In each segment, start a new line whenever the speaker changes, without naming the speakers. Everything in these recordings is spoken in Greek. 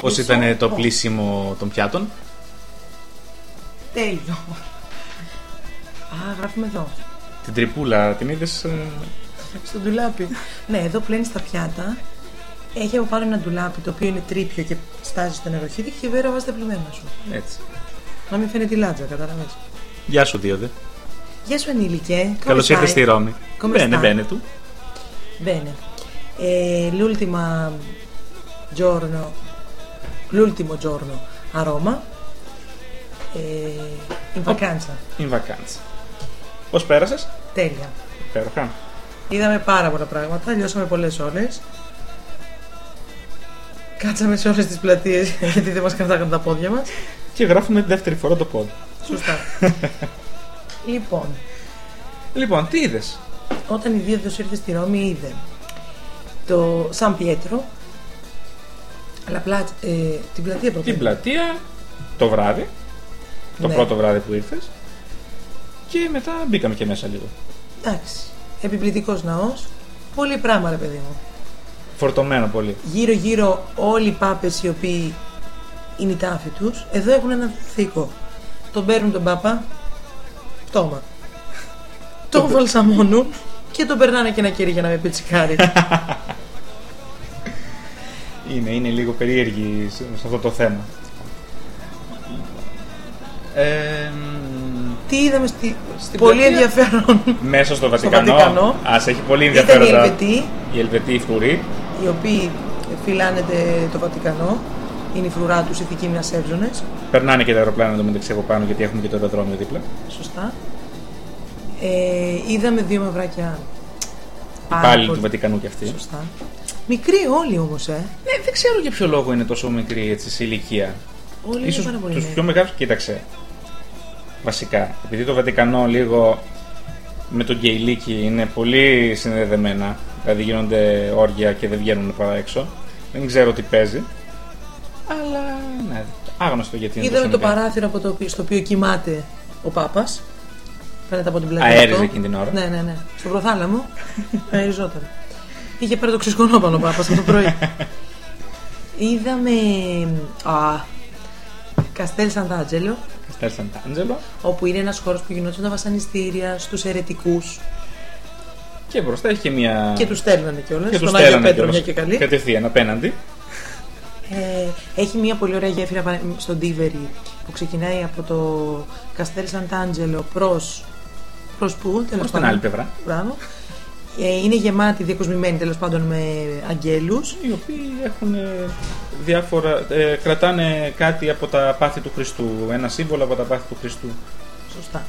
Πώς ήταν το πλήσιμο των πιάτων.
Τέλειο. Α, γράφουμε εδώ.
Την τρυπούλα την ε, είδε.
Στον ντουλάπι. ναι, εδώ πλένει τα πιάτα. Έχει από πάνω ένα ντουλάπι το οποίο είναι τρίπιο και στάζει στο νεροχύτη και βέβαια βάζει τα πλημμένα σου.
Έτσι.
Να μην φαίνεται η λάτζα, κατάλαβε.
Γεια σου, Δίωδε.
Γεια σου, ενήλικε.
Καλώς ήρθες στη Ρώμη.
Come
Μπαίνε,
stai?
μπαίνε του.
Bene. E l'ultima giorno, l'ultimo giorno a Roma, e in vacanza,
In vacanza. Πώ πέρασε,
τέλεια.
Υπέροχα.
Είδαμε πάρα πολλά πράγματα, λιώσαμε πολλές ώρες. Κάτσαμε σε όλες τις πλατείες γιατί δεν μας κρατάγαν τα πόδια μας.
Και γράφουμε τη δεύτερη φορά το πόντ.
Σωστά. λοιπόν,
Λοιπόν, τι είδε.
όταν η Δίδος ήρθε στη Ρώμη είδε το Σαν Πιέτρο, αλλά πλατ, ε, την πλατεία πρώτα.
Την πλατεία το βράδυ. Το
Ναι.
πρώτο βράδυ που ήρθες. Και μετά μπήκαμε και μέσα λίγο.
Εντάξει. Επιπληκτικό ναός. Πολύ πράγμα, ρε παιδί μου.
Φορτωμένο πολύ.
Γύρω-γύρω όλοι οι πάπες οι οποίοι είναι οι τάφοι τους, εδώ έχουν ένα θήκο. Τον παίρνουν τον πάπα, πτώμα. τον βαλσαμώνουν και τον περνάνε και ένα κερί για να με πιτσικάρει.
Είναι, είναι λίγο περίεργη σε σε αυτό το θέμα. Ε, μ,
Τι είδαμε στη...
Στην
πολύ
πλατεία.
ενδιαφέρον.
μέσα στο
Στο
Βατικανό.
Βατικανό.
Ας, έχει πολύ
Ήταν οι
ενδιαφέροντα.
Ελβετοί,
Οι Ελβετοί φρουροί.
οι οποίοι φυλάνεται το Βατικανό. Είναι η φρουρά τους, οι δικοί μας εύζωνες.
Περνάνε και τα αεροπλάνα εδώ μεταξύ από πάνω γιατί έχουμε και το αεροδρόμιο δίπλα.
Σωστά. Ε, είδαμε δύο μαυράκια. Πάρα
Πάλι
πολύ-
του Βατικανού κι αυτοί.
Σωστά. Μικροί όλοι όμως, ε.
Ναι, δεν ξέρω για ποιο λόγο είναι τόσο μικρή έτσι, σε ηλικία.
Όλοι
Ίσως
είναι πάρα πολύ
τους
νέοι.
πιο μεγάλους, κοίταξε. Βασικά, επειδή το Βατικανό λίγο με τον Γκεϊλίκη είναι πολύ συνδεδεμένα, δηλαδή γίνονται όρια και δεν βγαίνουν παρά έξω, δεν ξέρω τι παίζει. Αλλά ναι, άγνωστο γιατί είναι.
Είδαμε
τόσο
το
μικρά.
παράθυρο από το οποίο, στο οποίο κοιμάται ο Πάπας. Φαίνεται από την πλευρά.
Αέριζε εκείνη την ώρα.
Ναι, ναι, ναι. Στον προθάλαμο αεριζόταν. Είχε πάρει το ξεσκονόπανο ο Πάπα από το πρωί. Είδαμε. Α, Καστέλ Σαντάτζελο,
Καστέλ Σαντάντζελο
όπου είναι ένας χώρος που γινόταν τα βασανιστήρια στους αιρετικούς.
και μπροστά έχει και μια.
Και τους στέλνανε κιόλας.
και τους
Στον Άγιο
στέλνανε
Πέτρο,
κιόλας
μια και καλή.
Κατευθείαν απέναντι.
Ε, έχει μια πολύ ωραία γέφυρα πα- στον Τίβερη που ξεκινάει από το Καστέλ Σαντάντζελο προς, προς πού, τέλος
Προς την άλλη πλευρά.
Μπράβο. Ε, είναι γεμάτη διακοσμημένη τέλος πάντων με αγγέλους.
οι οποίοι έχουν ε, διάφορα. ε, κρατάνε κάτι από τα πάθη του Χριστού. Ένα σύμβολο από τα πάθη του Χριστού.
Σωστά.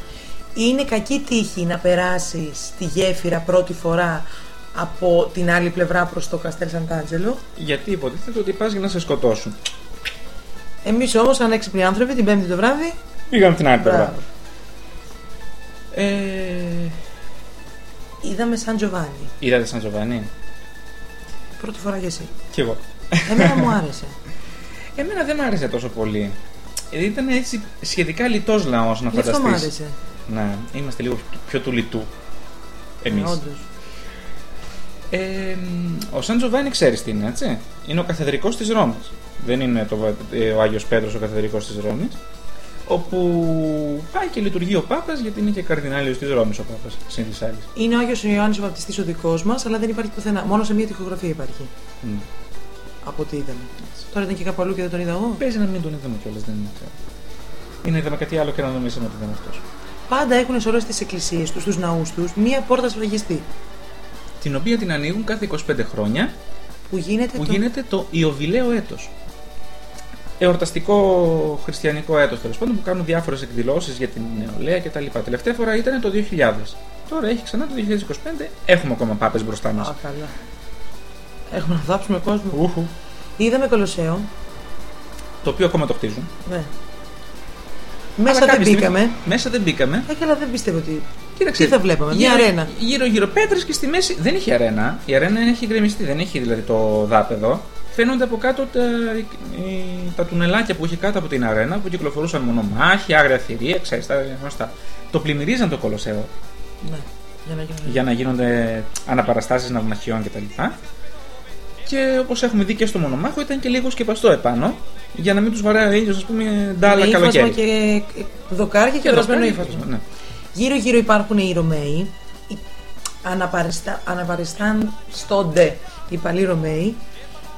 Είναι κακή τύχη να περάσεις τη γέφυρα πρώτη φορά από την άλλη πλευρά προς το Καστέλ Σαντάντζελο.
Γιατί υποτίθεται ότι πας για να σε σκοτώσουν.
Εμείς όμως σαν έξυπνοι άνθρωποι την πέμπτη το βράδυ
Πήγαμε την άλλη πλευρά.
Μπράβο.
Ε,
είδαμε Σαν Τζοβάνι.
είδατε Σαν Ζωβανί.
Πρώτη φορά για εσύ.
Κι εγώ.
Εμένα μου άρεσε.
Εμένα δεν μ' άρεσε τόσο πολύ. Ήταν έτσι σχετικά λιτός λαός να
Γι' αυτό μου
φανταστεί.
άρεσε.
Ναι, είμαστε λίγο πιο του λιτού. Εμεί.
Ναι, όντως.
Ε, ο Σαν Τζοβάνι ξέρεις τι είναι, έτσι. Είναι ο καθεδρικός της Ρώμης. Δεν είναι το, βα- ε, ο Άγιος Πέτρος ο καθεδρικός της Ρώμης. Όπου πάει και λειτουργεί ο Πάπας, γιατί είναι και καρδινάλιος της Ρώμης ο Πάπας, συν της άλλης.
Είναι ο Άγιος Ιωάννης ο Βαπτιστής ο δικός μας, αλλά δεν υπάρχει πουθενά. Μόνο σε μία τοιχογραφία υπάρχει. Από ό,τι είδαμε. Τώρα ήταν και κάπου αλλού και δεν τον είδα εγώ.
Παίζει να μην τον είδαμε κιόλας, δεν είναι ξέρω. Είναι είδαμε κάτι άλλο και να νομίσαμε ότι ήταν αυτός.
Πάντα έχουν σε όλες τις εκκλησίες τους, στου ναούς τους, μία πόρτα σφραγιστή.
Την οποία την ανοίγουν κάθε 25 χρόνια
Που γίνεται.
που
το...
γίνεται το Ιωβιλέο έτος. Εορταστικό χριστιανικό έτος τέλος πάντων που κάνουν διάφορες εκδηλώσεις για την νεολαία κτλ. Τελευταία φορά ήταν το 2000. Τώρα έχει ξανά το 2025. Έχουμε ακόμα πάπες μπροστά
Α,
μα.
καλά. Έχουμε να θάψουμε κόσμο. Είδαμε Κολοσσέο.
Το οποίο ακόμα το χτίζουν.
Ναι. Μέσα
Αλλά
δεν
κάποια στιγμή-
μπήκαμε.
Μέσα δεν μπήκαμε.
Ε, καλά, δεν πιστεύω ότι.
Κοίταξε.
Τι θα βλέπαμε, μια αρένα.
Γύρω-γύρω πέτρες και στη μέση δεν έχει αρένα. Η αρένα έχει γκρεμιστεί, δεν έχει δηλαδή το δάπεδο. Φαίνονται από κάτω τα, οι- τα τουνελάκια που είχε κάτω από την αρένα που κυκλοφορούσαν μονομάχοι, άγρια θηρία, ξέρεις τα γνωστά. Το πλημμυρίζαν το κολοσσέο
Ναι. Για να γίνουμε.
για να γίνονται αναπαραστάσεις ναυμαχιών κτλ. Και όπως έχουμε δει και στο μονομάχο, ήταν και λίγο σκεπαστό επάνω. Για να μην τους βαράει ο ήλιος, ας πούμε, ντάλα
Με
καλοκαίρι.
και ε, δοκάρια και
δροσμένο
δρασμένο ύφασμα.
Ναι.
Γύρω-γύρω υπάρχουν οι Ρωμαίοι, οι- αναπαριστά, αναπαριστάν στόνται οι παλιοί Ρωμαίοι,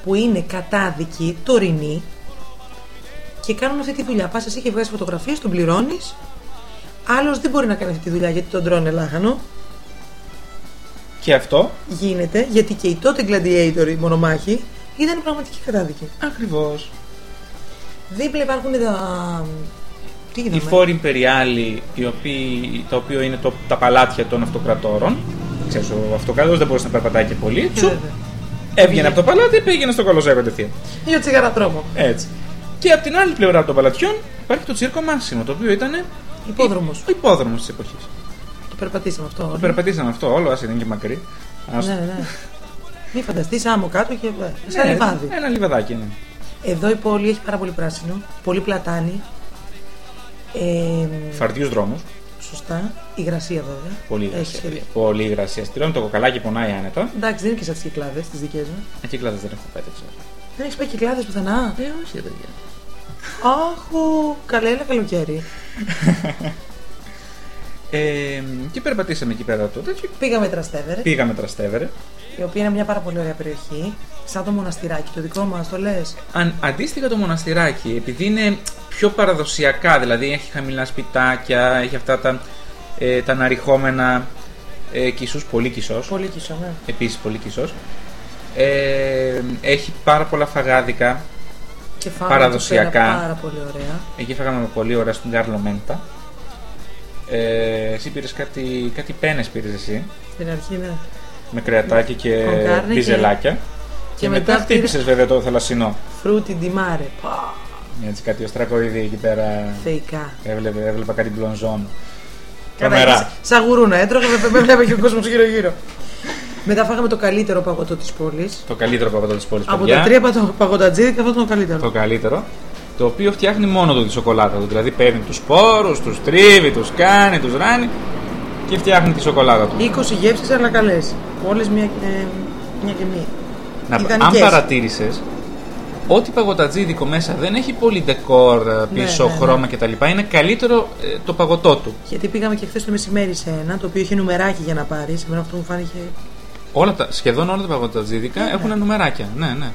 που είναι κατάδικοι, τωρινοί και κάνουν αυτή τη δουλειά. Πας εσύ και βγάζεις φωτογραφίες, τον πληρώνεις. Άλλος δεν μπορεί να κάνει αυτή τη δουλειά γιατί τον τρώνε λάχανο.
Και αυτό
Γίνεται γιατί και οι τότε gladiator, οι μονομάχοι, ήταν πραγματικοί κατάδικοι.
ακριβώς.
Δίπλα υπάρχουν τα. Τι
Οι
είδαμε.
φόροι Ιμπεριάλοι, οι οποίοι, το οποίο είναι το, τα παλάτια των αυτοκρατόρων. Ξέρεις, ο αυτοκρατόρος δεν μπορούσε να περπατάει και πολύ.
Ε,
Τσου,
βέβαια.
έβγαινε από το παλάτι, πήγαινε στο κολοσσέο κατευθείαν.
Για τσιγάρα τρόμο.
Έτσι. Και από την άλλη πλευρά των παλατιών υπάρχει το τσίρκο Μάσιμο, το οποίο ήταν
Υπόδρομος.
ο υπόδρομος της εποχής.
Το περπατήσαμε αυτό.
Το περπατήσαμε αυτό όλο, α ήταν και μακρύ. Ας...
Ναι, ναι. Μην φανταστείς άμμο κάτω και. ε,
Ναι,
σαν λιβάδι.
Ένα λιβαδάκι, ναι.
Εδώ η πόλη έχει πάρα πολύ πράσινο, πολύ πλατάνη. Ε,
Φαρτιού δρόμους.
σωστά. Υγρασία βέβαια.
Πολύ
Έχει
υγρασία.
σχέδιο.
Πολύ υγρασία. Στυλώνει το κοκαλάκι, πονάει άνετα.
Εντάξει, δεν είναι και σαν τι κυκλάδες, τις δικές μου.
Ε, Κύκλαδε δεν έχω πέταξε.
Δεν έχεις πάει κυκλάδες πουθενά.
Ε, όχι, ρε παιδιά.
Αχου, καλέ, ένα καλοκαίρι.
Ε, και περπατήσαμε εκεί πέρα τότε και
Πήγαμε Τραστέβερε,
πήγαμε τραστέβερε.
η οποία είναι μια πάρα πολύ ωραία περιοχή. Σαν το μοναστηράκι, το δικό μας, το λες.
Αν, αντίστοιχα το μοναστηράκι, επειδή είναι πιο παραδοσιακά, δηλαδή έχει χαμηλά σπιτάκια, έχει αυτά τα, ε, τα αναρριχόμενα ε, κισούς, πολύ κισός,
Πολύ κισό, ναι.
επίσης πολύ κισός. Ε, έχει πάρα πολλά φαγάδικα,
Και φάμε
Παραδοσιακά.
Πάρα πολύ ωραία.
εκεί φάγαμε πολύ ωραία στον Κάρλο Μέντα. Ε, εσύ πήρες κάτι, κάτι πένες πήρες εσύ,
Στην αρχή, ναι.
με κρεατάκι και
Κονκάρνη και-
μπιζελάκια. Και, μετά,
μετά πήρες-
χτύπησες βέβαια το θαλασσινό.
Φρούτι ντιμάρε. Πα,
Έτσι, κάτι οστρακοειδή εκεί πέρα.
θεϊκά.
Έβλεπε, έβλεπα κάτι μπλονζόν.
Κατάλαβες,
Τρομερά.
Σαν γουρούνα, έτρωγα, με- με βλέπει και ο κόσμος γύρω-γύρω. Μετά φάγαμε το καλύτερο παγωτό της πόλης.
Το καλύτερο παγωτό της πόλης.
Από τα τρία πατω- παγωτατζίδικα, αυτό ήταν το καλύτερο.
Το καλύτερο. Το οποίο φτιάχνει μόνο του τη σοκολάτα του. Δηλαδή παίρνει τους σπόρους, τους τρίβει, τους κάνει, τους ράνει και φτιάχνει τη σοκολάτα του.
20 γεύσει, αλλά καλέ. Όλες μια, ε, μια και μία.
Να, αν
ιδανικές.
παρατήρησες, ό,τι παγωτατζίδικο μέσα δεν έχει πολύ ντεκόρ ε,
Ναι,
πίσω,
ναι, ναι.
χρώμα κτλ. Είναι καλύτερο ε, το παγωτό του.
Γιατί πήγαμε και χθες το μεσημέρι σε ένα, το οποίο είχε νούμεράκι για να πάρει. Εμένα αυτό μου φάνηκε.
Όλα τα, σχεδόν όλα τα παγωτατζίδικα έχουν νομεράκια. Ναι, ναι.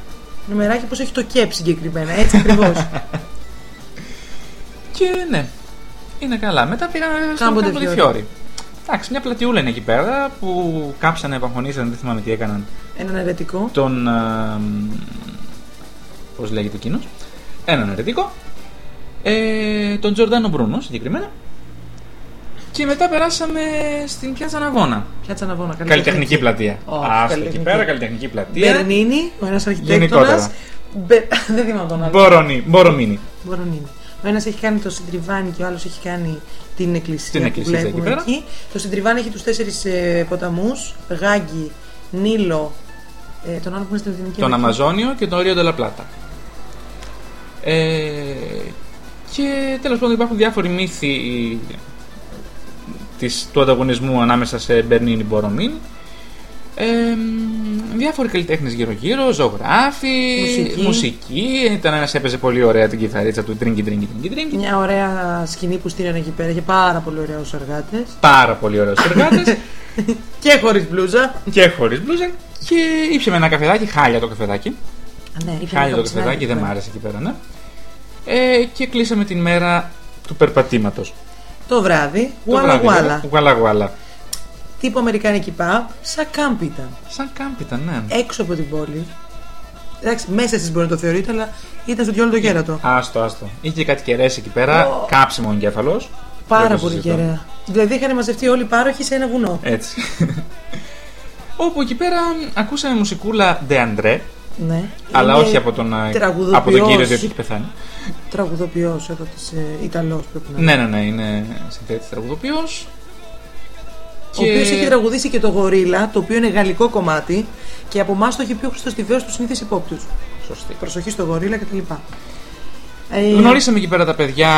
Νούμεράκι πώς έχει το κέπ συγκεκριμένα, έτσι ακριβώς.
Και ναι, είναι καλά. Μετά πήγαμε βέβαια στο
Κάμπο
Κάμπο
Ντε
Ντε Φιόρι. Εντάξει, μια πλατιούλα είναι εκεί πέρα που κάψανε, επαγχωνίσανε, δεν θυμάμαι τι έκαναν.
Έναν αρετικό.
Τον. α, μ, πώς λέγεται εκείνος. Έναν αρετικό. Ε, τον Τζορτάνο Μπρούνο συγκεκριμένα. Και μετά περάσαμε στην Πιάτσα Ναβόνα.
Πιάτσα να βόνα,
Καλλιτεχνική πλατεία.
Ω,
Άστο εκεί
καλλιτεχνική.
πέρα, καλλιτεχνική πλατεία.
Μπερνίνη, ο ένας
Γενικότερα.
αρχιτέκτονα. Μπε... Δεν θυμάμαι τον άλλο.
Μπορονι, Μπορονίνη.
Μπορώ να είναι. Ο ένας έχει κάνει το συντριβάνι και ο άλλος έχει κάνει την εκκλησία.
Την
που
εκκλησία
βλέπουμε
εκεί πέρα.
εκεί. Το συντριβάνι έχει τους τέσσερις ε, ποταμούς: Γάγκη, Νίλο, ε, τον άλλο που είναι στην Εθνική
τον
Αμερική.
Αμαζόνιο και τον Ρίο Ντελαπλάτα. Ε, και τέλος πάντων υπάρχουν διάφοροι μύθοι ε, της, του ανταγωνισμού ανάμεσα σε Μπερνίνη Μπορομίν. Ε, μ, διάφοροι καλλιτέχνες γύρω-γύρω, ζωγράφοι,
Μουσική.
μουσική. Ήταν ένας έπαιζε πολύ ωραία την κιθαρίτσα του τρίγκι τρίγκι τρίγκι τρίγκι.
Μια ωραία σκηνή που στείλανε εκεί πέρα και πάρα πολύ ωραίους εργάτες.
Πάρα πολύ ωραίος εργάτες
και χωρίς μπλούζα.
και χωρίς μπλούζα και ήπιαμε ένα καφεδάκι, χάλια το καφεδάκι.
Ναι,
Χάλια
είχε
το
ένα καπουτσινάκι
καφεδάκι,
εκεί
δεν μ'
πέρα.
άρεσε εκεί πέρα, ναι. Ε, και κλείσαμε την μέρα του περπατήματος.
Το βράδυ,
Το
γουάλα
βράδυ, ναι.
γουάλα.
βέβαια. Γουάλα γουάλα.
Τύπο Αμερικάνικη pub, σαν κάμπ ήταν.
Σαν κάμπι ήταν, ναι.
Έξω από την πόλη. Εντάξει, μέσα εσεί μπορεί να το θεωρείτε, αλλά ήταν στο διόλο το γέρατο.
Άστο, άστο. Είχε και κάτι κεραίες εκεί πέρα,
Ω.
κάψιμο ο εγκέφαλος.
Πάρα πολύ κεραία. Δηλαδή είχαν μαζευτεί όλοι οι πάροχοι σε ένα βουνό.
Έτσι. Όπου εκεί πέρα ακούσαμε μουσικούλα De André,
Ναι.
αλλά
Είναι
όχι από τον, α,
τραγουδοποιός.
από τον κύριο διότι έχει πεθάνει.
Τραγουδοποιός εδώ της ε, Ιταλός πρέπει να
Ναι,
είναι.
ναι, ναι, είναι συνθέτης τραγουδοποιός.
Ο οποίος έχει τραγουδήσει και το Γορίλα, το οποίο είναι γαλλικό κομμάτι και από εμάς το έχει πει ο Χριστό Τιβέο του συνήθεις υπόπτους.
Σωστή.
Προσοχή στο Γορίλα κτλ. Ε,
Γνωρίσαμε εκεί πέρα τα παιδιά,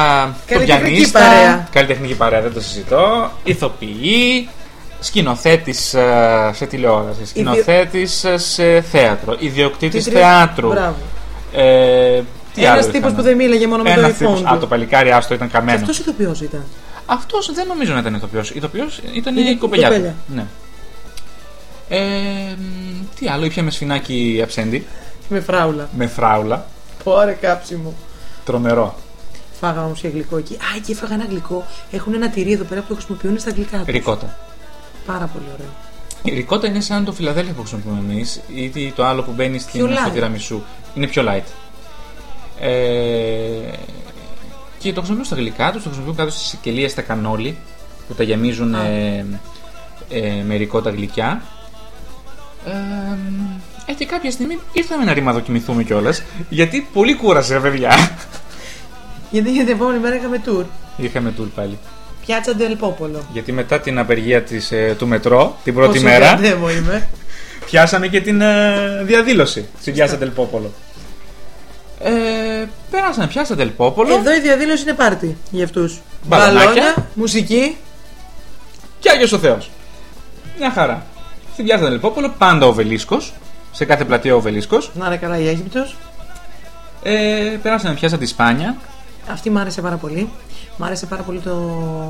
τον
Καλλιτεχνική
πιανίστα,
παρέα.
καλλιτεχνική παρέα, δεν το συζητώ, ηθοποιοί, Σκηνοθέτη σε τηλεόραση, σκηνοθέτη σε θέατρο, ιδιοκτήτης
Τίτρι-
θεάτρου.
Μπράβο.
Ε, τι
Ένας
άλλο
τύπος
ήταν.
που δεν μίλαγε μόνο με το
Ένας
iPhone.
τύπος. Α, το
του.
παλικάρι άστο ήταν
Και
καμένο.
αυτός ηθοποιός ήταν.
Αυτός δεν νομίζω να ήταν ηθοποιός. Ηθοποιός ήταν
Είναι
η
η
κοπελιά.
κοπέλα.
του. Ναι. Ε, μ, τι άλλο, ήπια με σφινάκι αψέντη,
Με φράουλα.
με φράουλα.
Πόρε κάψιμο.
Τρομερό.
Φάγα όμως και γλυκό εκεί. Α, και έφαγα ένα γλυκό. Έχουν ένα τυρί εδώ πέρα που το χρησιμοποιούν στα αγγλικά τους.
Ρικότα.
Πάρα πολύ ωραίο.
Η ρικότα είναι σαν το φιλαδέλφια που χρησιμοποιούμε εμείς ή τι- το άλλο που μπαίνει
Πιο
στην, στο
light.
τυραμισού. Είναι πιο light. Ε, και το χρησιμοποιούν στα γλυκά τους, το χρησιμοποιούν κάτω στις συκελίε στα κανόλι που τα γεμίζουν
Α.
ε, ε, με ρικότα γλυκιά. Ε, ε, και κάποια στιγμή ήρθαμε να ρημαδοκοιμηθούμε κιόλας γιατί πολύ κούρασε, ρε παιδιά.
Γιατί για την επόμενη μέρα είχαμε τουρ.
Είχαμε τουρ πάλι.
Πιάτσα Ντελπόπολο.
Γιατί μετά την απεργία της, ε, του μετρό, την πρώτη
Πόσο
μέρα.
διαδεύω είμαι.
Πιάσαμε και την ε, διαδήλωση στην Πιάσα Τελπόπολο. Ε, πέρασαν Πιάσα Τελπόπολο
Εδώ η διαδήλωση είναι πάρτι για αυτούς.
Μπαλονάκια.
μουσική.
και Άγιος ο Θεός. Μια χαρά. Στην Πιάσα Τελπόπολο πάντα ο Βελίσκος, σε κάθε πλατεία ο Βελίσκος.
Να ρε καλά η Αίγυπτος.
Ε, πέρασαν Πιάσα τη Σπάνια,
Αυτή μου άρεσε πάρα πολύ. Μ' άρεσε πάρα πολύ το.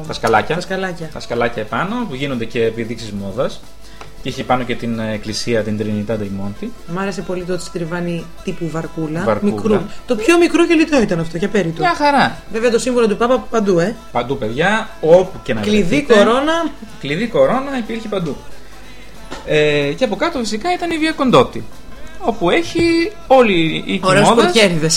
τα σκαλάκια.
τα σκαλάκια.
Τα σκαλάκια επάνω που γίνονται και επιδείξεις μόδας. Και έχει πάνω και την ε, εκκλησία, την Τρινιτά Ντεϊμόντι.
Μ' άρεσε πολύ το ότι στριβάνει τύπου βαρκούλα.
Βαρκούλα.
Μικρού. Το πιο μικρό και λιτό ήταν αυτό και απέρι του.
Μια χαρά.
Βέβαια το σύμβολο του Πάπα παντού, ε.
Παντού, παιδιά, όπου και να
Κλειδί,
βρεθείτε.
κορώνα.
Κλειδί κορώνα υπήρχε παντού. Ε, και από κάτω φυσικά ήταν η Βία Κοντότη. Όπου έχει όλη η
Ωραίος
κοιμόδα.
κορκέριδε.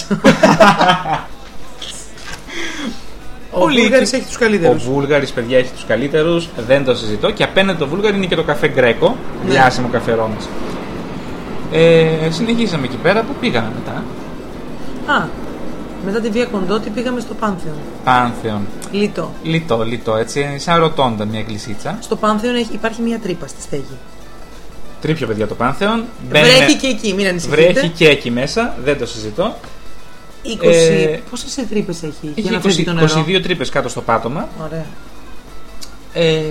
Ο
Όλοι οι
Βούλγαρη
κοι-
έχει τους
Ο
καλύτερου.
Βούλγαρης, παιδιά, έχει τους καλύτερους. Δεν το συζητώ. Και απέναντι το Βούλγαρη είναι και το καφέ Γκρέκο.
Ναι.
Διάσημο καφέ Ρώμης. Ε, συνεχίσαμε εκεί πέρα που πήγαμε μετά.
Α, μετά τη Βία Κοντότη πήγαμε στο Πάνθεον.
Πάνθεον.
Λιτό.
Λιτό, λιτό, έτσι. Σαν ρωτώντα μια εκκλησίτσα.
Στο Πάνθεον έχει- υπάρχει μια τρύπα στη στέγη.
Τρίπιο, παιδιά, το Πάνθεον.
Βρέχει και εκεί, μην ανησυχείτε.
Ναι, Βρέχει και εκεί μέσα. Δεν το συζητώ.
20.
Ε,
Πόσες τρύπες έχει, για
Είχε
να φεύγει το
20
νερό.
22 τρύπες κάτω στο πάτωμα.
Ωραία.
Ε,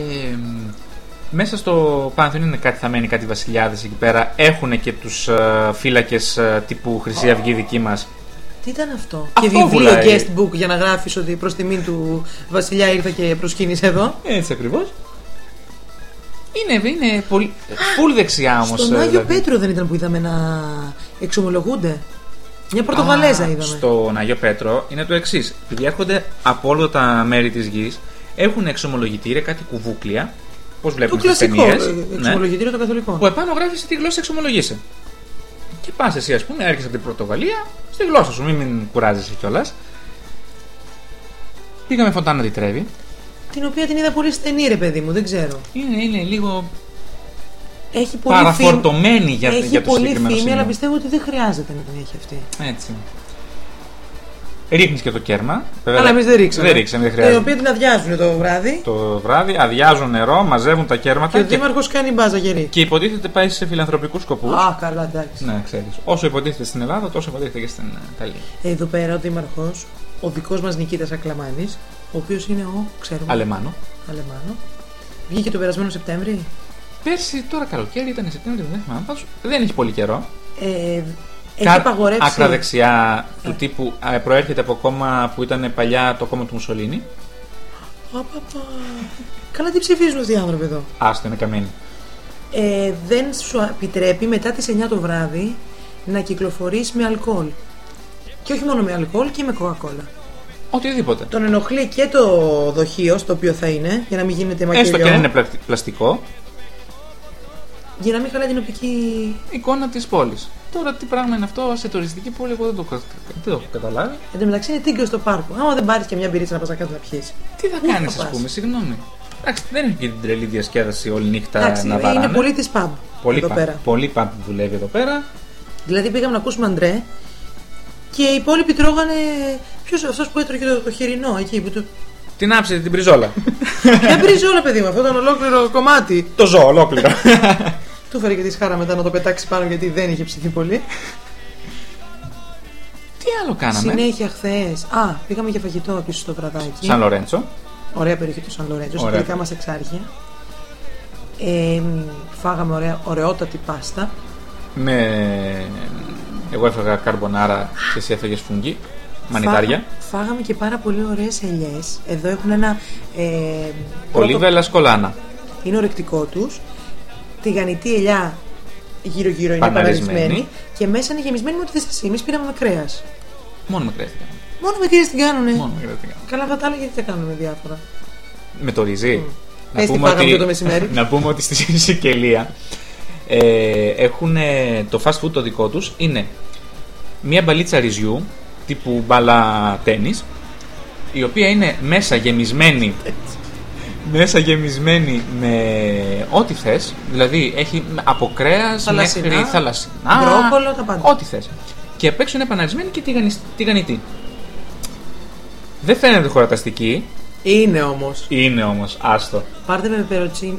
μέσα στο Πάνθεον είναι κάτι θαμένοι, κάτι βασιλιάδες εκεί πέρα. Έχουν και τους ε, φύλακες ε, τύπου Χρυσή Αυγή δική μας.
Τι ήταν αυτό. και
Αυτό
βιβλίο
βουλάει.
guest book για να γράφεις ότι προς τιμή του Βασιλιά ήρθα και προσκύνησε εδώ.
Έτσι ακριβώς. Είναι, είναι πολύ... Φουλ δεξιά όμως.
Στον
ε,
Άγιο
δηλαδή.
Πέτρο δεν ήταν που είδαμε να εξομολογούνται. Μια
Α,
Πορτογαλέζα είδαμε.
Στον Άγιο Πέτρο είναι το εξής. Επειδή έρχονται από όλα τα μέρη της γης, έχουν εξομολογητήρια, κάτι κουβούκλια. Πώς
Το
βλέπουμε στις
κλασικό
ταινίες.
ε,
Ναι.
εξομολογητήριο το καθολικό.
που επάνω γράφει σε τι γλώσσα εξομολογείσαι. Και πας εσύ, ας πούμε, έρχεσαι από την Πορτογαλία, στη γλώσσα σου, μην, μην κουράζεσαι κιόλας. Πήγαμε φωτάνα τη τρέβη.
Την οποία την είδα πολύ στενή, ρε παιδί μου, δεν ξέρω.
Είναι, είναι λίγο
Έχει πολύ φήμη.
παραφορτωμένη για,
έχει
για το
πολύ
συγκεκριμένο
φήμη,
σημείο.
αλλά πιστεύω ότι δεν χρειάζεται να την έχει αυτή.
Έτσι. Ρίχνεις και το κέρμα. Βέβαια,
αλλά εμείς δεν ρίξαμε.
Δεν ρίξαμε, δεν χρειάζεται.
Η οποία την αδειάζουν το βράδυ
Το βράδυ αδειάζουν νερό, μαζεύουν τα κέρματα
και ο
και,
Δήμαρχος κάνει μπάζα γερή.
και υποτίθεται πάει σε φιλανθρωπικούς σκοπούς.
Α, καλά, εντάξει.
Ναι, ξέρεις. Όσο υποτίθεται στην Ελλάδα, τόσο υποτίθεται και στην ε, Ιταλία.
Εδώ πέρα ο Δήμαρχος, ο δικός μας Νικήτας Ακλαμάνης, ο οποίος είναι ο, ξέρουμε,
Αλεμάνο.
Αλεμάνο, βγήκε τον περασμένο Σεπτέμβρη.
Πέρσι τώρα καλοκαίρι ήταν Σεπτέμβριο, δεν θυμάμαι. Πάντως δεν έχει πολύ καιρό.
Ε, έχει Ναι.
Κα-
απαγορεύσει.
Άκρα δεξιά του τύπου α, προέρχεται από κόμμα που ήταν παλιά το κόμμα του Μουσολίνη.
Απαπα. Καλά, τι ψηφίζουν αυτοί οι άνθρωποι εδώ.
Άστο είναι καμένη.
Ε, δεν σου επιτρέπει μετά τις 9 το βράδυ να κυκλοφορείς με αλκοόλ. Και όχι μόνο με αλκοόλ και με κοκακόλα.
Οτιδήποτε.
Τον ενοχλεί και το δοχείο στο οποίο θα είναι, για να μην γίνεται μακελιό.
Έστω και αν είναι πλακ- πλαστικό,
Για να μην χαλάει την οπτική.
εικόνα της πόλης. Τώρα τι πράγμα είναι αυτό σε τουριστική πόλη, εγώ δεν το, κα- δεν το έχω καταλάβει.
Εν τω μεταξύ είναι τίγκα στο πάρκο. Άμα δεν πάρεις και μια μπυρίτσα να πας να κάτω να πιει.
Τι θα
Πού
κάνει,
Ναι, θα
ας
πας?
πούμε, συγγνώμη. Εντάξει, δεν έχει και την τρελή διασκέδαση όλη νύχτα
Εντάξει,
να βαράνε.
είναι πολύ της pub
πολύ
εδώ
πα-
πέρα.
πολύ πα- που δουλεύει εδώ πέρα.
Δηλαδή πήγαμε να ακούσουμε αντρέ και οι υπόλοιποι τρώγανε. Ποιος αυτός που έτρωγε το, το χοιρινό εκεί που του.
Την άψε την πριζόλα.
Δεν βρίζει όλα, παιδί μου, αυτό ήταν ολόκληρο κομμάτι.
το ζώο ολόκληρο.
Του φέρε και τη χάρα μετά να το πετάξει πάνω γιατί δεν είχε ψηθεί πολύ.
τι άλλο κάναμε.
Συνέχεια χθες. Α, πήγαμε για φαγητό πίσω στο βραδάκι.
Σαν Λορέντσο.
Ωραία περιοχή του Σαν Λορέντζο, στα
Ωραία.
δικά μας εξάρχεια. Ε, φάγαμε ωραία, ωραιότατη πάστα.
Με... Εγώ έφαγα καρμπονάρα και εσύ έφαγες φουγγί. Μανιτάρια.
Φάγα- φάγαμε και πάρα πολύ ωραίες ελιές. Εδώ έχουν ένα... Ε, πρώτο-
Ολίβα ελασκολάνα.
είναι ορεκτικό τους. Τηγανιτή ελιά γύρω-γύρω είναι
Παναρισμένη.
παναρισμένη και μέσα είναι γεμισμένη με ό,τι θες εσύ. Εμείς πήραμε με κρέας.
Μόνο με κρέας. την κάναμε.
Μόνο με κρέας την κάνουνε.
Μόνο με κρέας την κάναμε.
Καλά, αυτά τα άλλα γιατί τα κάνουμε διάφορα.
Με το ρυζί.
Πες τι φάγαμε και το μεσημέρι.
να πούμε ότι στη Σικελία ε, έχουν το fast food το δικό τους είναι μια μπαλίτσα ρυζιού τύπου μπάλα τέννις η οποία είναι μέσα γεμισμένη μέσα γεμισμένη με ό,τι θες δηλαδή έχει από κρέας
Θαλασσινά,
μέχρι θαλασσινά
μπρόκολο, τα πάντα.
ό,τι θες και απ' έξω είναι επαναρισμένη και τηγανισ- τηγανιτή δεν φαίνεται χωραταστική
Είναι όμως.
είναι όμως άστο
Πάρτε με πεπεροτσίνη.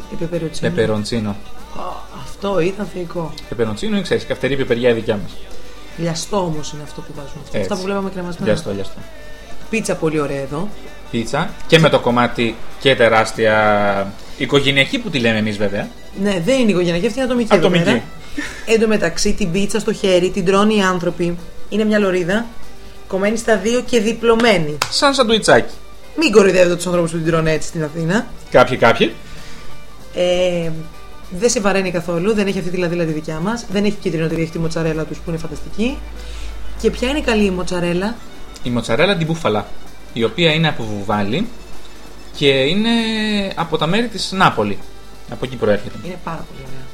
Πεπεροντσίνο.
Αυτό ήταν θεϊκό.
Πεπεροτσίνο είναι, ξέρεις, καυτερή πιπεριά η δικιά μας.
Λιαστό όμως είναι αυτό που βάζουν. Αυτό. Αυτά που βλέπαμε κρεμασμένα.
Για στο, για στο.
Πίτσα πολύ ωραία εδώ.
Πίτσα και με το κομμάτι και τεράστια. Οικογενειακή που τη λέμε εμείς βέβαια.
Ναι, δεν είναι οικογενειακή, αυτή είναι ατομική. εδώ
Ατομική.
πέρα. Εν τω μεταξύ, την πίτσα στο χέρι την τρώνε οι άνθρωποι. Είναι μια λωρίδα κομμένη στα δύο και διπλωμένη.
Σαν σαντουιτσάκι.
Μην κοροϊδεύετε τους ανθρώπους που την τρώνε έτσι στην Αθήνα.
Κάποιοι, κάποιοι.
Ε, δεν σε βαραίνει καθόλου, δεν έχει αυτή τη λαδίλα τη δικιά μας. Δεν έχει κίτρινο τυρί, έχει τη μοτσαρέλα τους που είναι φανταστική. Και ποια είναι καλή η μοτσαρέλα,
Η моцарέλα την μπούφαλα. Η οποία είναι από βουβάλι και είναι από τα μέρη της Νάπολη. Από εκεί προέρχεται.
είναι πάρα πολύ ωραία.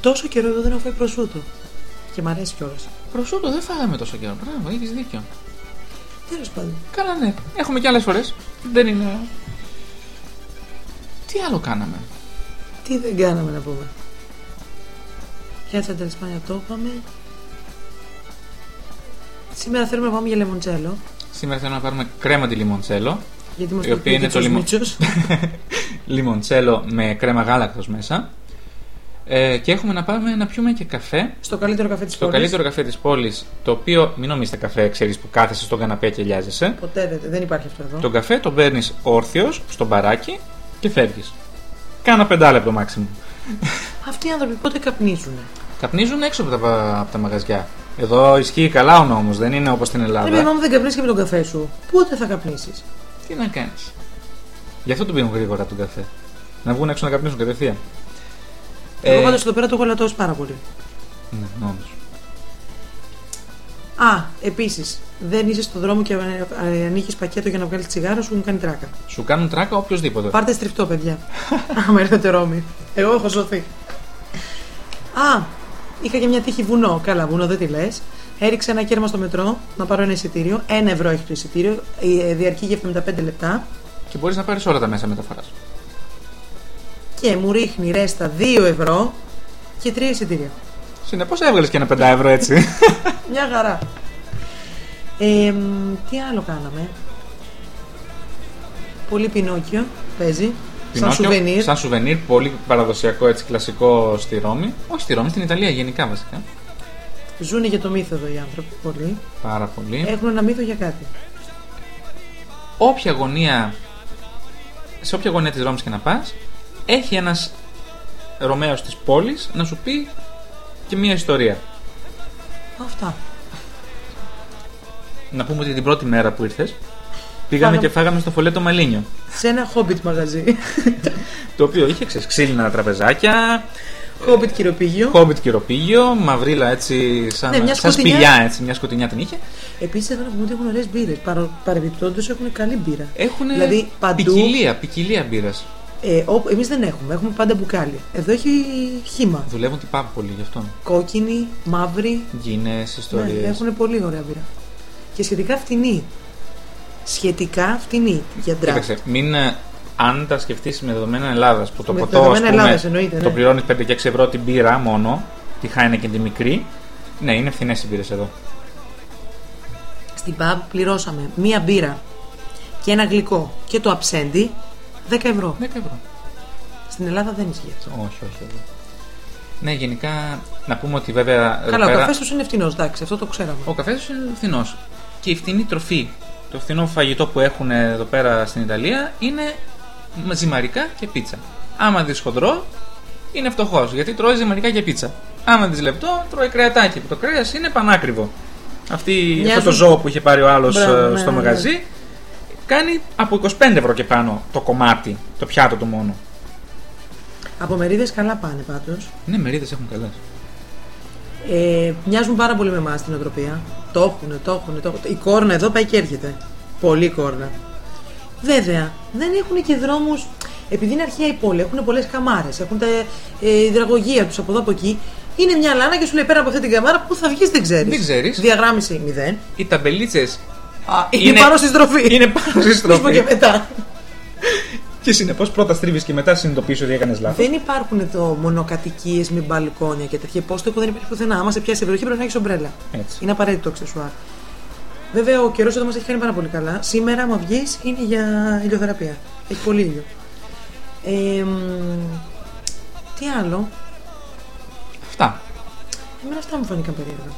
Τόσο καιρό εδώ δεν έχω φάει προσούτο. Και μ' αρέσει κιόλας.
Προσούτο δεν φάγαμε τόσο καιρό. Μπράβο, έχεις δίκιο.
Τέλος πάντων.
Καλά, ναι. Έχουμε και άλλες φορές. Δεν είναι. Τι άλλο κάναμε.
Τι δεν κάναμε να πούμε. Πιάτσα τα Ισπανία το είπαμε. Σήμερα θέλουμε να πάμε για λεμοντσέλο.
Σήμερα θέλω να πάρουμε κρέμα τη λιμοντσέλο.
Γιατί μας
Η
το
οποία
πει
είναι
και
το
ο
λιμο-
Μίτσος.
λιμοντσέλο με κρέμα γάλακτος μέσα. Ε, και έχουμε να πάμε να πιούμε και καφέ.
Στο καλύτερο καφέ της
Στο
πόλης.
καλύτερο καφέ της πόλης, το οποίο μην νομίζετε καφέ, ξέρεις που κάθεσαι στον καναπέ και λιάζεσαι.
Ποτέ δεν, δεν υπάρχει αυτό εδώ.
Τον καφέ τον παίρνεις όρθιος, στο μπαράκι και φεύγεις. Κάνα πεντάλεπτο μάξιμου.
Αυτοί οι άνθρωποι πότε καπνίζουν.
Καπνίζουν έξω από τα, πα- από τα μαγαζιά. Εδώ ισχύει καλά ο νόμος, δεν είναι όπως στην
Ρε παιδί
Ελλάδα.
μου, δεν καπνίσεις και με τον καφέ σου. Πότε θα καπνίσεις.
Τι να κάνεις. Γι' αυτό τον πίνουν γρήγορα τον καφέ. Να βγουν έξω να καπνίσουν κατευθείαν.
Εγώ
Ε,
πάντως εδώ πέρα το έχω λατώσει πάρα πολύ.
ναι, νόμος.
Α, επίσης, δεν είσαι στον δρόμο και ανοίγεις πακέτο για να βγάλεις τσιγάρο, σου έχουν κάνει τράκα.
Σου κάνουν τράκα οποιοδήποτε.
Πάρτε στριφτό, παιδιά. Άμα έρθετε Ρώμη. Εγώ έχω σωθεί. Α, είχα και μια τύχη βουνό. Καλά, βουνό δεν τη λες. Έριξα ένα κέρμα στο μετρό να πάρω ένα εισιτήριο. Ένα ευρώ έχει το εισιτήριο. ε, Διαρκεί για 75 λεπτά.
Και μπορείς να πάρεις όλα τα μέσα μεταφοράς.
Και μου ρίχνει ρέστα 2 ευρώ και 3 εισιτήρια.
Συνεπώς έβγαλες και ένα 5 ευρώ έτσι.
Μια χαρά. Ε, μ, τι άλλο κάναμε. Πολύ Πινόκιο παίζει.
Πινόκιο,
σαν σουβενίρ.
Σαν σουβενίρ, πολύ παραδοσιακό έτσι κλασικό στη Ρώμη. Όχι στη Ρώμη, στην Ιταλία γενικά βασικά.
Ζούνε για το μύθο εδώ οι άνθρωποι πολύ.
Πάρα πολύ.
Έχουν ένα μύθο για κάτι.
Όποια γωνία. Σε όποια γωνία της Ρώμης και να πας, έχει ένας Ρωμαίος της πόλης να σου πει και μία ιστορία.
Αυτά.
Να πούμε ότι την πρώτη μέρα που ήρθες, πήγαμε
Φάγαμε.
και φάγαμε στο φωλέτο Μαλίνιο.
Σε ένα Hobbit μαγαζί.
Το οποίο είχε ξέρεις, ξύλινα τραπεζάκια,
Hobbit κυροπήγιο.
Χόμπιτ κυροπήγιο, μαυρίλα έτσι, σαν,
Ναι, μια
σαν
σκοτεινιά.
σπηλιά έτσι, μια σκοτεινιά την είχε.
Επίσης εδώ να πούμε ότι έχουν ωραίες μπύρες. Παρεμπιπτόντως έχουν καλή μπύρα.
Έχουν
Δηλαδή, παντού-
ποικιλία, ποικιλία μπύρας.
Ε, όπου, εμείς δεν έχουμε, έχουμε πάντα μπουκάλι. Εδώ έχει χύμα.
Δουλεύουν την πάρα πολύ γι' αυτό.
Κόκκινη, μαύρη.
Γκίνε, ιστορίε.
Ναι, έχουν πολύ ωραία μπύρα. Και σχετικά φτηνή. Σχετικά φτηνή για ντράκ.
Κοίταξε, μην, ε, αν τα σκεφτείς με δεδομένα Ελλάδας που το
Με
ποτό
δεδομένα
ας πούμε,
Ελλάδας, εννοείται,
το
ναι.
πληρώνεις 5 και 6 ευρώ την μπύρα μόνο, τη χάνε και τη μικρή. Ναι, είναι φθηνές οι μπύρες εδώ.
Στην pub πληρώσαμε μία μπύρα και ένα γλυκό και το αψέντι 10 ευρώ.
10 ευρώ.
Στην Ελλάδα δεν ισχύει αυτό.
Όχι, όχι. εδώ. Ναι, γενικά να πούμε ότι βέβαια. εδώ
Καλά, ο
πέρα-
καφές τους είναι φτηνός, εντάξει, αυτό το ξέραμε.
Ο καφές είναι φθηνό. Και η φθηνή τροφή, το φθηνό φαγητό που έχουν εδώ πέρα στην Ιταλία είναι με ζυμαρικά και πίτσα. Άμα δεις χοντρό, είναι φτωχός γιατί τρώει ζυμαρικά και πίτσα. Άμα δεις λεπτό, τρώει κρεατάκι που το κρέας είναι πανάκριβο. Αυτή,
Μοιάζουν-
αυτό το ζώο που είχε πάρει ο άλλος
Μπράβο, ναι,
στο
ναι.
μαγαζί κάνει από 25 ευρώ και πάνω το κομμάτι, το πιάτο του μόνο.
Από μερίδες καλά πάνε πάντως.
Ναι, μερίδες έχουν καλέ.
Ε, μοιάζουν πάρα πολύ με εμάς την οτροπία. Το έχουν, το έχουν, το έχουν. Η κόρνα εδώ πάει και έρχεται. Πολύ κόρνα. Βέβαια, δεν έχουν και δρόμους. Επειδή είναι αρχαία η πόλη, έχουν πολλές καμάρες, έχουν τα ε, υδραγωγεία τους από εδώ από εκεί. Είναι μια λάνα και σου λέει πέρα από αυτή την καμάρα που θα βγεις δεν ξέρεις.
Δεν ξέρεις.
Διαγράμμιση μηδέν.
Οι ταμπελίτσες
Είναι, πάνω στη στροφή.
είναι πάνω στη
Μη σου πω
στροφή.
και μετά.
Και συνεπώς πρώτα στρίβεις και μετά συνειδητοποιείς ότι έκανες λάθος.
Δεν υπάρχουν εδώ μονοκατοικίες με μπαλκόνια και τέτοια. Πώς το δεν υπάρχει πουθενά. Άμα σε πιάσει η περιοχή πρέπει να έχεις ομπρέλα.
Έτσι.
Είναι απαραίτητο αξεσουάρ. Βέβαια, ο καιρός εδώ μας έχει κάνει πάρα πολύ καλά. Σήμερα, άμα βγεις, είναι για ηλιοθεραπεία. Έχει πολύ ήλιο. Ε, μ, τι άλλο.
Αυτά.
Εμένα αυτά μου φάνηκαν περίεργα.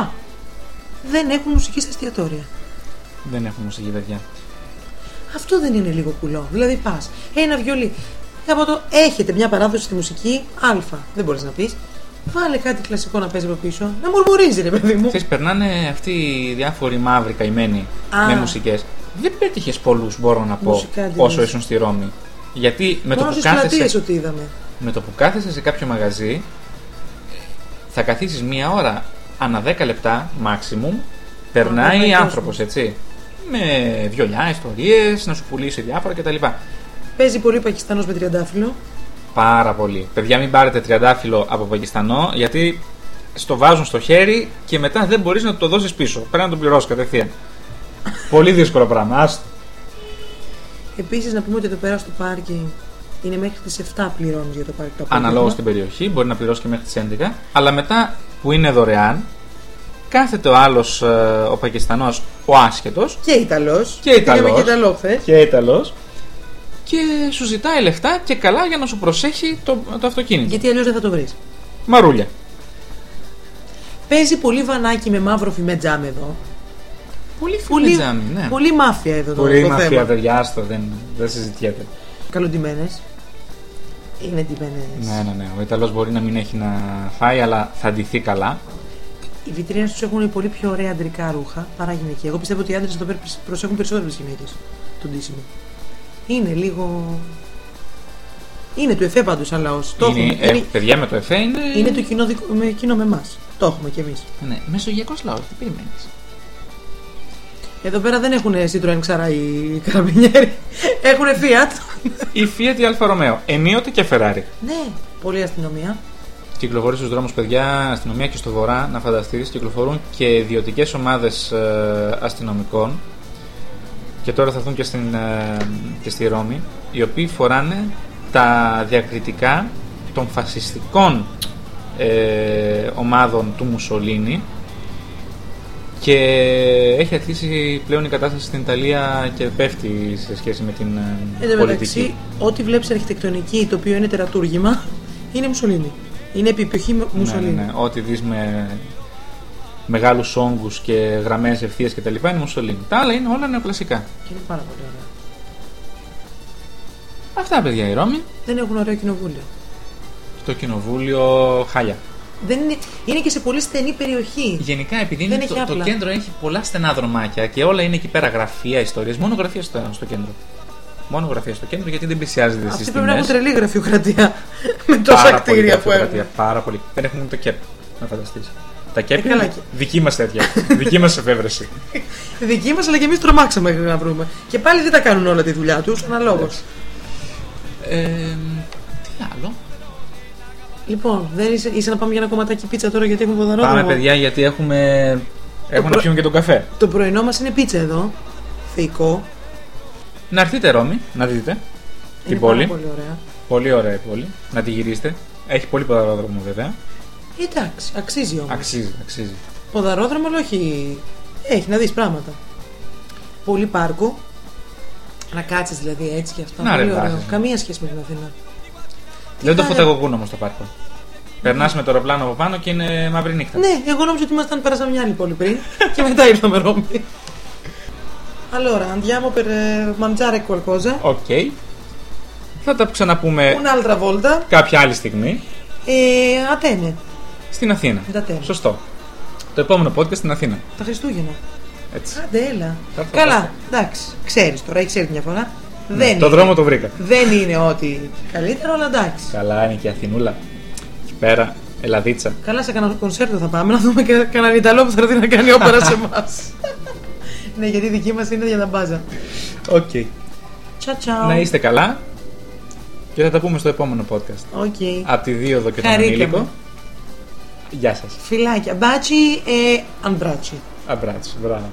Α! Δεν έχουν μουσική στα εστιατόρια.
Δεν έχουμε μουσική, παιδιά.
Αυτό δεν είναι λίγο κουλό. Δηλαδή, πας ένα βιολί. Από το έχετε μια παράδοση στη μουσική Α. Δεν μπορείς να πεις. Βάλε κάτι κλασικό να παίζει από πίσω. Να μουρμουρίζει, ρε παιδί μου.
Ξέρεις, περνάνε αυτοί οι διάφοροι μαύροι καημένοι
Α.
με μουσικές. Δεν πέτυχες πολλούς, μπορώ να πω,
Μουσικά αντιδρήσεις.
όσο ήσουν στη Ρώμη. Γιατί με το,
Μόνο
που
στις
κάθεσαι,
πλατείες ότι είδαμε.
με το που κάθεσαι σε κάποιο μαγαζί, θα καθίσεις μία ώρα ανά 10 λεπτά maximum. Περνάει
δέκα,
άνθρωπο, έτσι. Με βιολιά, ιστορίες, να σου πουλήσει διάφορα κτλ.
Παίζει πολύ Πακιστανό με τριαντάφυλλο.
Πάρα πολύ. Παιδιά, μην πάρετε τριαντάφυλλο από Πακιστανό, γιατί στο βάζουν στο χέρι και μετά δεν μπορείς να του το δώσεις πίσω. Πρέπει να τον πληρώσεις κατευθείαν. πολύ δύσκολο πράγμα. Άστο.
Επίσης, να πούμε ότι εδώ πέρα στο πάρκινγκ είναι μέχρι τις 7 πληρώνεις για το πάρκινγκ. το απόγευμα.
Αναλόγω στην περιοχή, μπορεί να πληρώσεις και μέχρι τις 11. Αλλά μετά που είναι δωρεάν, κάθεται ο άλλος, ο Πακιστανός, ο άσχετος
Και Ιταλός.
Και Ιταλός.
και Ιταλό χθες.
και Ιταλός και σου ζητάει λεφτά και καλά για να σου προσέχει το, το αυτοκίνητο.
Γιατί αλλιώς δεν θα το βρεις.
Μαρούλια.
Παίζει πολύ βανάκι με μαύρο φιμέ τζάμ εδώ.
Πολύ
Πολύ,
φίλη τζάμι, ναι.
πολύ μάφια εδώ το-
Πολύ
το,
μαφία,
θέμα.
παιδιά, άστο, δεν, δεν συζητιέται.
Καλοντημένε. Είναι ντυμένε.
Ναι, ναι, ναι. Ο Ιταλός μπορεί να μην έχει να φάει, αλλά θα ντυθεί καλά.
Οι βιτρίνες τους έχουν πολύ πιο ωραία αντρικά ρούχα παρά γυναικεία. Εγώ πιστεύω ότι οι άντρες εδώ πέρα προσέχουν περισσότερο τις γυναίκες. Το ντύσιμο. Είναι λίγο. Είναι του εφέ πάντως σαν λαό. Το
είναι,
έχουμε.
ε,
Είναι-
παιδιά με το εφέ είναι.
Είναι το κοινό, δικό- με, κοινό με εμάς. Το έχουμε κι εμείς.
Ναι, μεσογειακός λαός, τι περιμένεις.
Εδώ πέρα δεν έχουν Citroën ξαρά οι καραμπινιέροι. Έχουν Fiat.
Η Fiat ή Αλφα Ρωμαίο. Ενίοτε και Ferrari.
ναι, πολλή αστυνομία.
Κυκλοφορεί στους δρόμους, παιδιά, αστυνομία και στο βορρά, να φανταστείς. Κυκλοφορούν και ιδιωτικές ομάδες αστυνομικών. Και τώρα θα έρθουν και, στην, ε, και στη Ρώμη. Οι οποίοι φοράνε τα διακριτικά των φασιστικών ε, ομάδων του Μουσολίνη. Και έχει αρχίσει πλέον η κατάσταση στην Ιταλία και πέφτει σε σχέση με την ε,
Εν τω
πολιτική.
μεταξύ, ό,τι βλέπεις αρχιτεκτονική το οποίο είναι τερατούργημα, είναι Μουσολίνη. Είναι επιπιοχή Μουσολίνη.
Ναι, ναι, ναι. Ό,τι δεις με μεγάλους όγκους και γραμμές ευθείας και τα λοιπά είναι Μουσολίνη. Τα άλλα είναι όλα νεοκλασικά.
Και είναι πάρα πολύ ωραία.
Αυτά παιδιά η Ρώμη.
Δεν έχουν ωραίο κοινοβούλιο.
Το κοινοβούλιο χάλια.
Δεν είναι, είναι και σε πολύ στενή περιοχή.
Γενικά επειδή
Δεν
είναι
έχει
το, το
απλά.
κέντρο έχει πολλά στενά δρομάκια και όλα είναι εκεί πέρα γραφεία, ιστορίες. Μόνο γραφεία στο, στο κέντρο. Μόνο γραφεία στο κέντρο γιατί δεν πλησιάζεται στις
Αυτοί πρέπει να έχουν
τιμές.
τρελή γραφειοκρατία με τόσα
Πάρα πολύ
κτίρια που
γραφειοκρατία,
έχουν.
Πάρα πολύ. Δεν έχουν ούτε κέπ. Να φανταστείς. Τα κέπ
Ε, καλά
είναι
και-
δική μας τέτοια. δική μας εφεύρεση.
Δική μας, αλλά και εμείς τρομάξαμε να βρούμε. Και πάλι δεν τα κάνουν όλα τη δουλειά τους, αναλόγως.
Ε, τι άλλο.
Λοιπόν, δεν είσαι, είσαι να πάμε για ένα κομματάκι πίτσα τώρα γιατί έχουμε ποδαρόδρομο.
Πάμε παιδιά γιατί έχουμε... Έχουμε να
προ-
πιούμε και τον καφέ.
Το πρωινό μας είναι πίτσα εδώ. Θεϊκό.
Να έρθετε Ρώμη, να δείτε.
είναι
Την πόλη.
Ε, Πάρα πολύ ωραία.
Πολύ ωραία η πόλη. Να τη γυρίσετε. Έχει πολύ ποδαρόδρομο βέβαια.
Εντάξει, αξίζει όμως.
Αξίζει, αξίζει.
Ποδαρόδρομο, αλλά όχι. Έχει να δεις πράγματα. Πολύ πάρκο. Να κάτσεις δηλαδή έτσι και αυτά.
Να,
πολύ
ρε,
ωραίο.
βράδυ.
Καμία σχέση με την Αθήνα.
Δεν το
θα-
φωταγωγούν όμως το πάρκο. Περνάς με το αεροπλάνο από πάνω και είναι μαύρη νύχτα.
Ναι, εγώ νόμιζα ότι ήμασταν πέρασαμε μια άλλη πόλη πριν και μετά ήρθαμε Ρώμη. ε, Allora, andiamo per eh, mangiare qualcosa.
Οκ. Θα τα ξαναπούμε
Un'altra volta
κάποια άλλη στιγμή
ε, Ατένε,
στην Αθήνα.
τα τέλη.
Σωστό. Το επόμενο podcast στην Αθήνα.
τα Χριστούγεννα.
Έτσι.
Άντε, έλα.
Θα έρθω, θα
Καλά,
έρθω.
εντάξει. Ξέρεις τώρα, έχει ξέρει μια φορά.
Ναι,
δεν,
το
είναι,
δρόμο το βρήκα.
δεν είναι ότι καλύτερο, αλλά εντάξει.
Καλά είναι και η Αθηνούλα. Εκεί πέρα, Ελλαδίτσα.
Καλά, σε κανένα κονσέρτο θα πάμε να δούμε και κανέναν Ιταλό που θα έρθει να κάνει όπερα σε εμάς. ναι, γιατί η δική μας είναι για τα μπάζα.
Οκ.
Τσαου τσαου.
Να είστε καλά και θα τα πούμε στο επόμενο podcast.
Οκ.
Από τη Δίωδο και τον
Χαρήκαμε.
Ανήλικο. Γεια σας.
Φιλάκια. Μπάτσι ε αμπράτσι.
Αμπράτσο. Μπράβο.